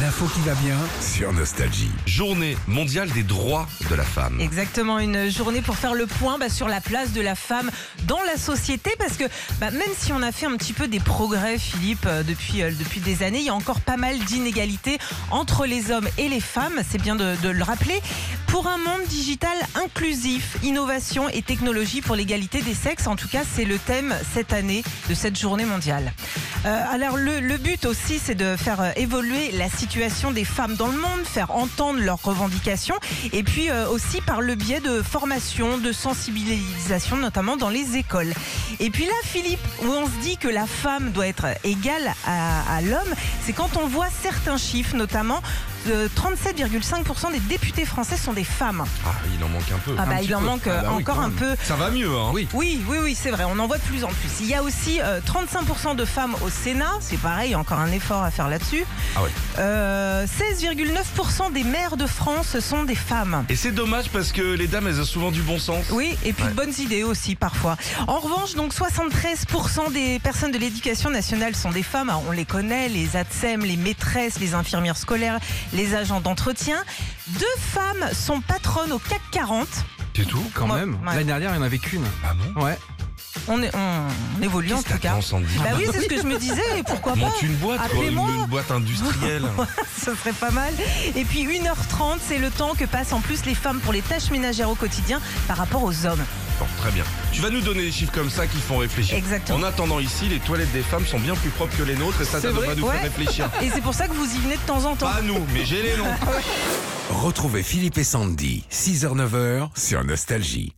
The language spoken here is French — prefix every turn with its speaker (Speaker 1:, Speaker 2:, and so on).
Speaker 1: L'info qui va bien sur Nostalgie.
Speaker 2: Journée mondiale des droits de la femme.
Speaker 3: Exactement, une journée pour faire le point bah, sur la place de la femme dans la société, parce que bah, même si on a fait un petit peu des progrès, Philippe, euh, depuis, euh, depuis des années, il y a encore pas mal d'inégalités entre les hommes et les femmes, c'est bien de, de le rappeler. Pour un monde digital inclusif, innovation et technologie pour l'égalité des sexes, en tout cas, c'est le thème cette année de cette journée mondiale. Euh, alors le, le but aussi, c'est de faire euh, évoluer la situation des femmes dans le monde, faire entendre leurs revendications, et puis euh, aussi par le biais de formation, de sensibilisation, notamment dans les écoles. Et puis là, Philippe, où on se dit que la femme doit être égale à, à l'homme, c'est quand on voit certains chiffres, notamment euh, 37,5% des députés français sont des femmes.
Speaker 2: Ah, il en manque un peu.
Speaker 3: Ah bah
Speaker 2: Un petit
Speaker 3: il en
Speaker 2: peu.
Speaker 3: manque euh,
Speaker 2: Ah bah oui,
Speaker 3: encore
Speaker 2: quand
Speaker 3: un
Speaker 2: même.
Speaker 3: peu.
Speaker 2: Ça va mieux, hein Oui.
Speaker 3: Oui, oui, oui, c'est vrai, on en voit de plus en plus. Il y a aussi euh, 35% de femmes au Sénat, c'est pareil, encore un effort à faire là-dessus.
Speaker 2: Ah ouais.
Speaker 3: Euh, 16,9% des maires de France sont des femmes.
Speaker 2: Et c'est dommage parce que les dames, elles ont souvent du bon sens.
Speaker 3: Oui, et puis
Speaker 2: Ouais.
Speaker 3: de bonnes idées aussi parfois. En revanche, donc 73% des personnes de l'éducation nationale sont des femmes. Alors, on les connaît, les ATSEM, E les maîtresses, les infirmières scolaires, les agents d'entretien. Deux femmes sont patronnes au CAC 40.
Speaker 2: C'est tout
Speaker 1: Quand
Speaker 3: Moi-
Speaker 1: même.
Speaker 3: ouais.
Speaker 1: L'année dernière, il n'y en avait qu'une.
Speaker 2: Ah bon
Speaker 1: Ouais.
Speaker 3: On, est, on, on évolue en
Speaker 2: Qu'est-ce
Speaker 3: tout
Speaker 2: que t'as
Speaker 3: cas.
Speaker 2: dans Sandy
Speaker 3: Bah oui, c'est ce que je me disais, et pourquoi pas
Speaker 2: Monte une boîte, quoi. Une,
Speaker 3: Appelez-moi.
Speaker 2: une boîte industrielle.
Speaker 3: Ce serait pas mal. Et puis 1h30, c'est le temps que passent en plus les femmes pour les tâches ménagères au quotidien par rapport aux hommes.
Speaker 2: Bon, très bien. Tu vas nous donner des chiffres comme ça qui font réfléchir.
Speaker 3: Exactement.
Speaker 2: En attendant ici, les toilettes des femmes sont bien plus propres que les nôtres et ça,
Speaker 3: C'est
Speaker 2: ça
Speaker 3: vrai
Speaker 2: devrait nous
Speaker 3: Ouais.
Speaker 2: faire réfléchir.
Speaker 3: Et c'est pour ça que vous y venez de temps en temps.
Speaker 2: Pas nous, mais j'ai les noms.
Speaker 1: Retrouvez Philippe et Sandy, 6h-9h sur Nostalgie.